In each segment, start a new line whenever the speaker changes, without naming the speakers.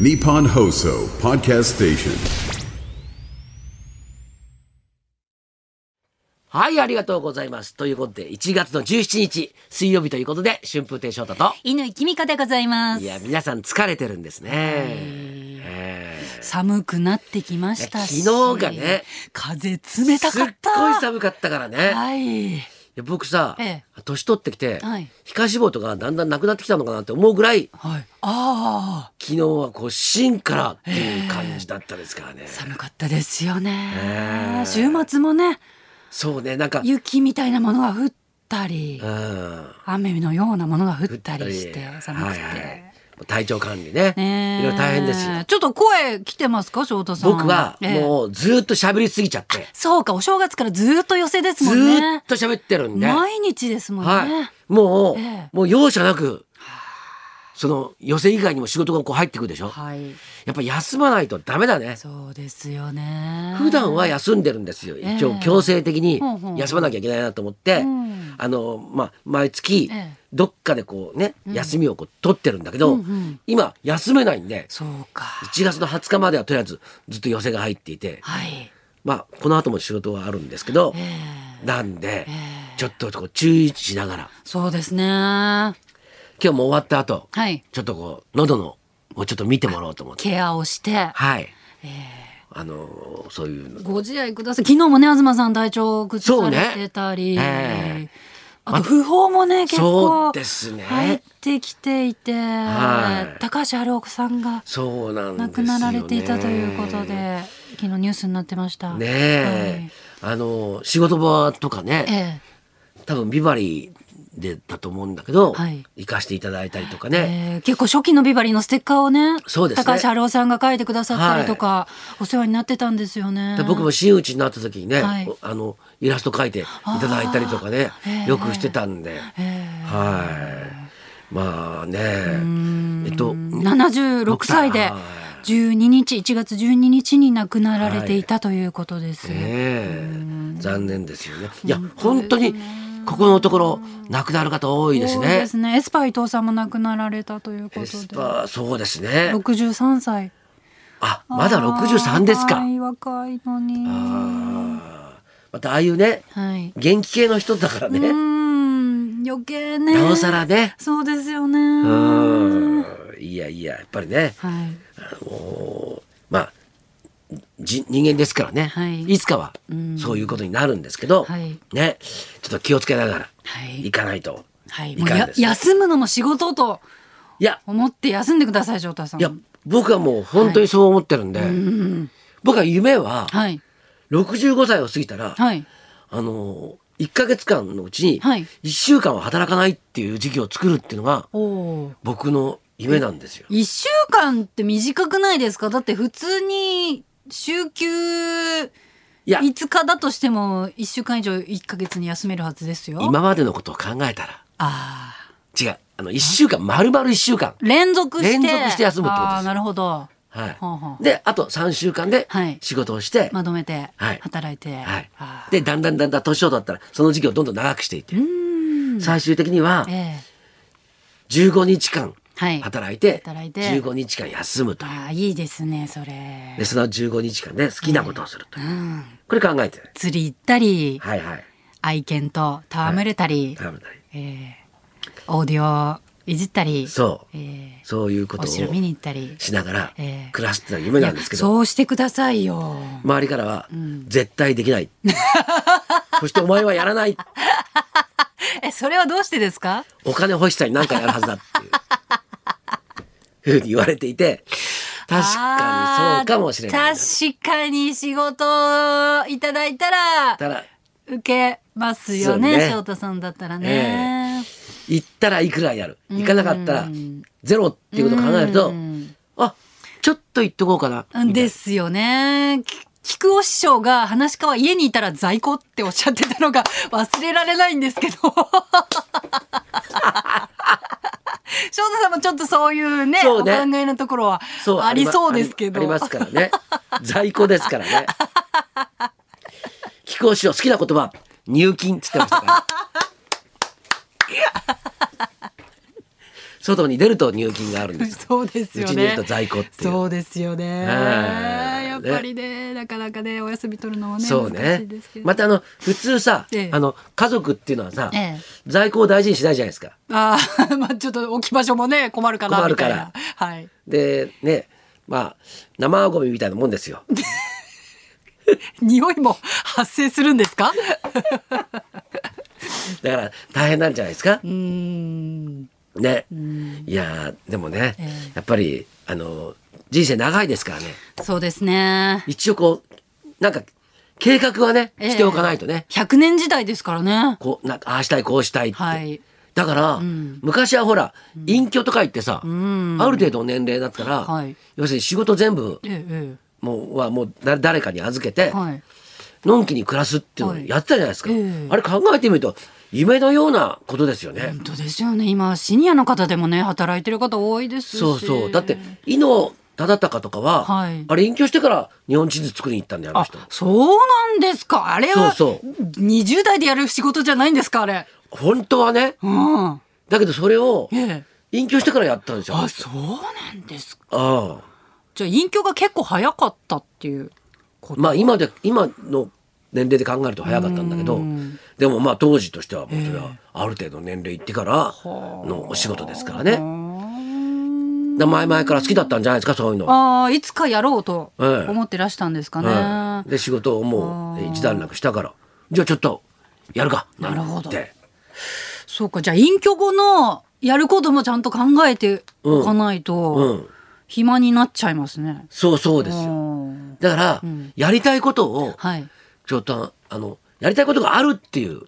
Nippon Hoso Podcast Station.
はい、ありがとうございます。ということで、1月の17日、水曜日ということで、春風亭昇太と、
犬井美香でございま
いや、
す。
皆さん疲れてるんですね。えー
寒くなってきましたし。
いや昨日がね。
風冷た
すっ
かっ
ご
た。
い寒かったからね。
はい。
いや僕さ、
え
年取ってきて、
はい
皮下脂肪とかだんだんなくなってきたのかなって思うぐらい、
はい。ああ。
昨日はこう、芯からっていう感じだったですからね。
寒かったですよね。
ええ
週末もね、
そうね、なんか、
雪みたいなものが降ったり
う、ん。
雨のようなものが降ったりし
降った
て、
り
寒くて。
はいはい体調管理ね。
ね
い
え
ろいろ大変ですよ。
ちょっと声来てますか、翔太さん。
僕は
ええ
もうずっと喋りすぎちゃって、
そうか、お正月からずっと寄せです
ず
もん
ーっ
ね。
と喋ってるんで。
毎日ですもんね。
はい、もう、
ええ
もう容赦なくその寄せ以外にも仕事がこう入ってくるでしょ、
はい
やっぱ休まないとダメだね
そうですよね。
普段は休んでるんですよ、
ええ
一応強制的に
ほうほう
休まなきゃいけないなと思って、
うん
あのまあ毎月
ええ
どっかでこうね、休みをこう取ってるんだけど、
うんうん
今休めないんで
そうか。
1月の20日まではとりあえずずっと寄せが入っていて
はい。
まあこの後も仕事はあるんですけど
え、
なんで、
え
ちょっとこう注意しながら
そうですね。は
今日も終わった後、
い。
ちょっとこう喉のをちょっと見てもらおうと思って。
ケアをして。
はい。あのーそういうの。
ご自愛ください。昨日もね、東さん体調崩されてたり。
そうねええ
あと不法もね、結
そ
構
うですね
入ってきていて、
はい
高橋春夫さんが
そうなんですよ、
亡
ね。
くなられていたということで、
ね
昨日ニュースになってました。
え、あのー仕事場とか
はい、
ね、
え
多分ビバリーでだと思うんだけど、
はい
行かせていただいたりとか
え
ね。
えー結構初期のビバリーのステッカーをね
そうですね
高橋春夫さんが書いてくださったりとか、お世話になってたんですよね
で僕も真打ちになった時にね、
はい
おあのイラスト描いていただいたりとかね
あーええ
よくしてたんで、
え
はいまあねえっと
ー76歳で
はい
12日1月12日に亡くなられていたということです、
ねえ残念ですよね。いや本当にここのところ亡くなる方多いです
そうで
ね。
すねエスパー伊藤さんも亡くなられたというこ
エ
と
ス
で
パーそうですね。
63歳
あまだ六十三ですか
は。い若いのに
あーまたああいうね
はい
元気系の人だから
うー
ね。
ん余計ね
なおさらね。
そうですよね
うーんいやいややっぱりね
はい
もうまあじ人間ですからね。
はい
いつかはそういうことになるんですけど
はい
ねちょっと気をつけながら
はい
行かないと
はい、
い
もう
かん
や
ですね。
休むのも仕事と
いや
思って休んでください翔太さん。
いや僕はもう本当にそう思ってるんで、僕は夢は
はい
65歳を過ぎたら、
はい
あの1ヶ月間のうちに
はい
1週間は働かないっていう時期を作るっていうのが
おお
僕の夢なんですよ。
一週間って短くないですかだって普通に週休
いや
5日だとしても一週間以上一ヶ月に休めるはずですよ。
今までのことを考えたら
ああ
違うあの1週間丸々1週間、
連続して
連続して休むってことです
ああなるほど
はい
ほうほう
であと3週間で
はい
仕事をして、
まとめて
はい
働いて、
はい
ああ
でだんだんだんだん年を取ったらその時期をどんどん長くしていって
うーん
最終的には
ええ
15日間
はい
働いて,、
働いて
15日間休むと
ああいいですねそれ
で。その15日間で好きなことをすると
う
いう、
ん
これ考えてない
釣り行ったり
はいはい
愛犬と戯れたり、
食べたり
えーオーディオいじったり、
そう、
えー
そういうこと
お
を
城見に行ったり
しながら
ええ
暮らすってのは夢なんですけ
いや
ど
そうしてくださいよ
周りからは絶対でき ない、そしてお前はやらない
えそれはどうしてですか
お金欲しさに何かやるはずだっていうふうに言われていて確かにそうかもしれな
あ
い
ー確かに仕事いただいたら
ただ
受けますよね
そうね
翔太さんだったらね、
行ったらいくらやる行かなかったらゼロっていうことを考えるとあちょっと行っとこうかな
うんですよねき菊尾師匠が話し家は家にいたら在庫っておっしゃって たのが忘れられないんですけど翔太さんもちょっとそういうね
そうね
お考えのところは
そう
あり
ま
そうですけど
ありありますからね在庫ですからね 気候しよう好きな言葉 入金っつってましたから外に出ると入金があるんです
そうですよ
うちにい
ね
ると在庫っていう
そうですよね
はい
やっぱりねなかなかねお休み取るのもね
そう
難し
ね
いですけ。ど
またあの普通さ、
ええ
あの家族っていうのはさ、
ええ
在庫を大事にしないじゃないですか。
あー まあちょっと置き場所もね困るかな
困る
み
か
たい
ら
なはい
でね、まあ生ゴミみたいなもんですよ。
匂いも発生するんですか
だから大変なんじゃないですか
う。ーん
ね。いやーでもね、
ええ
やっぱりあの人生長いですからね。
そうですね
一応こうなんか計画はね
ええ
しておかないとね。
100年時代ですからね
こうなんかああしたいこうしたいって。
はい
だから、昔はほら隠居とか言ってさ、ある程度の年齢だったら、
はい
要するに仕事全部
えええ
もうはもうだ誰かに預けて、
えはい
のんきに暮らすっていうのを
はい
やってたじゃないですか、
ええ
あれ考えてみると夢のようなことですよね、
本当ですよね今シニアの方でもね働いてる方多いですし
そうそうだって伊能忠敬とかは、
はい
あれ隠居してから日本地図作りに行ったんだよあの
あ
人
そうなんですかあれは
そうそ
20代でやる仕事じゃないんですかあれ
本当はね
うん
だけどそれを
ええ
隠居してからやったんですよ
あそうなんですか
ああ
じゃあ隠居が結構早かったっていうこと
まあ今で今の年齢で考えると早かったんだけどでもまあ当時としてはもうそれはある程度年齢いってからのお仕事ですからね。だ前々から好きだったんじゃないですかそういうのは。
ああいつかやろうと
ええ
思ってらしたんですかね、
うんで仕事をもう一段落したからじゃあちょっとやるかなんて
なるほどそうかじゃあ隠居後のやることもちゃんと考えておかないと、
うん
暇になっちゃいますね
そうそうですよ。
よ
だから、やりたいことを
はい
ちょっとあのやりたいことがあるっていう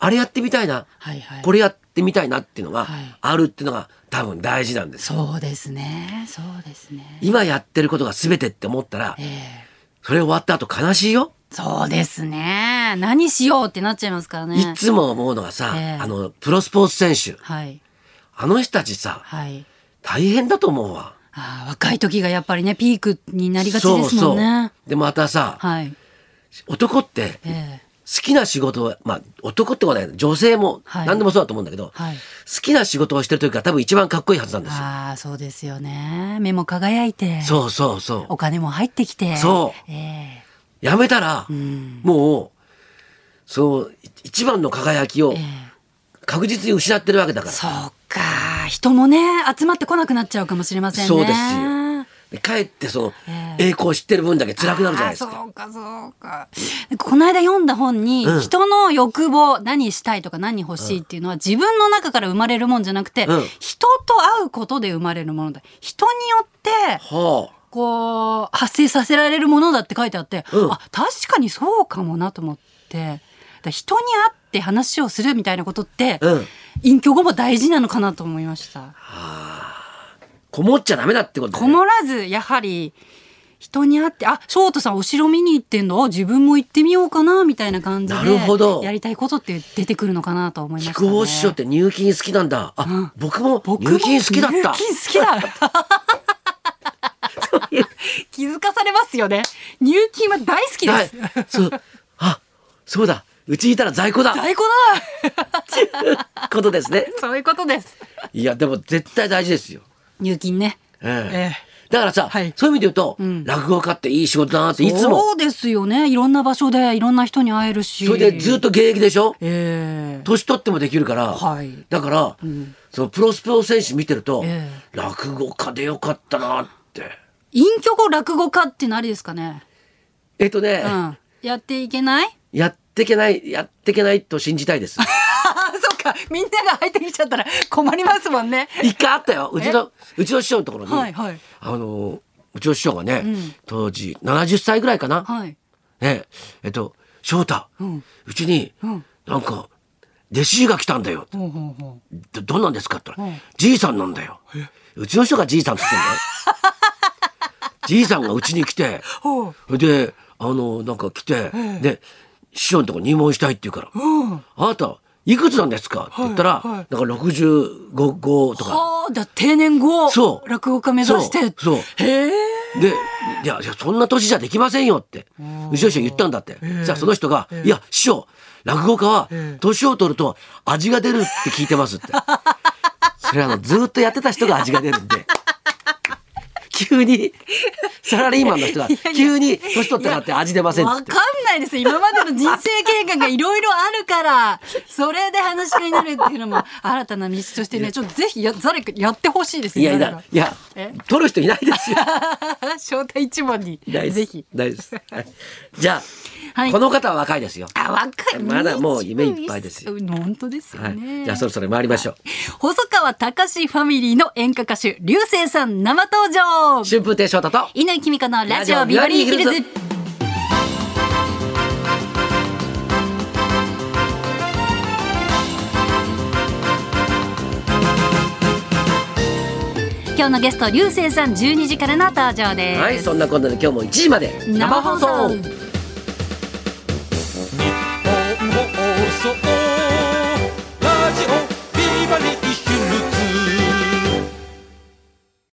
あれやってみたいな、
はいはい
これやってみたいなっていうのが
はい
あるっていうのが多分大事なんですよ
そうですねそうですね
今やってることが全てって思ったら
ええ
それ終わった後悲しいよ、
そうですね何しようってなっちゃいますからね
いつも思うのがさ、
ええ
あのプロスポーツ選手
はい
あの人たちさ
はい
大変だと思うわ
ああ若い時がやっぱりねピークになりがちですもんね
そうでまたさ、
はい
男って好
ええ
きな仕事をまあ男ってことはない女性も
はい
何でもそうだと思うんだけど、
はい
好きな仕事をしてる時が多分一番かっこいいはずなんですよ
ああそうですよね目も輝いて
そうそうそう
お金も入ってきて
そう
え
やめたら、もうその一番の輝きを
ええ
確実に失ってるわけだか
え
ら、
そうか人もね集まってこなくなっちゃうかもしれませんね
そうですよでかえってその
え
栄
え
光を知ってる分だけ辛くなるじゃないです
あー
か。
そうかそうか。この間読んだ本に、
うん
人の欲望何したいとか何欲しいっていうのは、自分の中から生まれるもんじゃなくて、
うん
人と会うことで生まれるものだ。人によって
はあ、
こう発生させられるものだって書いてあって、
うん
あ確かにそうかもなと思って。だから人に会って話をするみたいなことって、
うん
隠居後も大事なのかなと思いました。
こもっちゃダメだってことだ
こ
ね
もらずやはり人に会ってあショートさんお城見に行ってんのあ自分も行ってみようかなみたいな感じで
なるほど
やりたいことって出てくるのかなと思いました
木
ね。
久扇師匠って入金好きなんだ。あ、僕も
僕も
入金好きだっ
入
た。
金好きだった 気づかされますよね入金は大好きで
はい
す、
そう、あ、そうだ。うちにいたら在庫だ。
最高だ
ことですね。
そういうことです
いや、でも絶対大事ですよ。
入金ね
ええ
え
だからさ、
はい
そういう意味で言うと、落語家っていい仕事だなっていつも。
そうですよねいろんな場所でいろんな人に会えるし
それでずっと現役でしょ
ええ
年取ってもできるから、
はい
だから、そのプロスポ選手見てると、
え
落語家でよかったなって
隠居後落語家っていうのありですかね
えっとね、
うん、やっていけない
やってけないやってけないと信じたい です
あそっかみんなが入ってきちゃったら困りますもんね
一回あったようちのうちの師匠のところに、
はいはい
あのうちの師匠がね、当時70歳ぐらいかな、
はい
ねえっと翔太、うちに、
ん
なんか弟子が来たんだよ、
ほうほうほう
どどんなんですかって言ったら、
うん
じいさんなんだようちの人がじいさんって言ってんだ よじいさんがうちに来て
ほう
であのなんか来て、で師匠のとこ入門したいって言うから「あなたいくつなんですか?」って言ったら、なんか65とか
はあだ定年後
そう
落語家目指して
そうそう
へえ
で「いやいやそんな年じゃできませんよ」ってうちの師匠言ったんだって、じゃあその人が「いや師匠落語家は年を取ると味が出るって聞いてます」って。 それはあのずっとやってた人が味が出るんで 急にサラリーマンの人が急に年取ったからって味出ませんっつっ
わかん
て
ないですよ今までの人生経験がいろいろあるからそれで話し合いになるっていうのも新たな道としてねちょっとぜひや誰かやってほしいです
い
ね
やい
誰
や
か
いや
え
取る人いないです よ
招待一番に
いないです
ぜひ
ないですはいじゃあ、
はい
この方は若いですよ
あ若い
まだもう夢いっぱいですよ
21本当ですよ
はい
ね、、
じゃあそろそろ参りましょう
細川隆史ファミリーの演歌歌手流星さん生登場
春風亭昇太と
犬木美子のラジオビバリーヒルズ今日のゲスト流星さん12時からの登場です、
はいそんなこんなで今日も1時まで
生放送
放送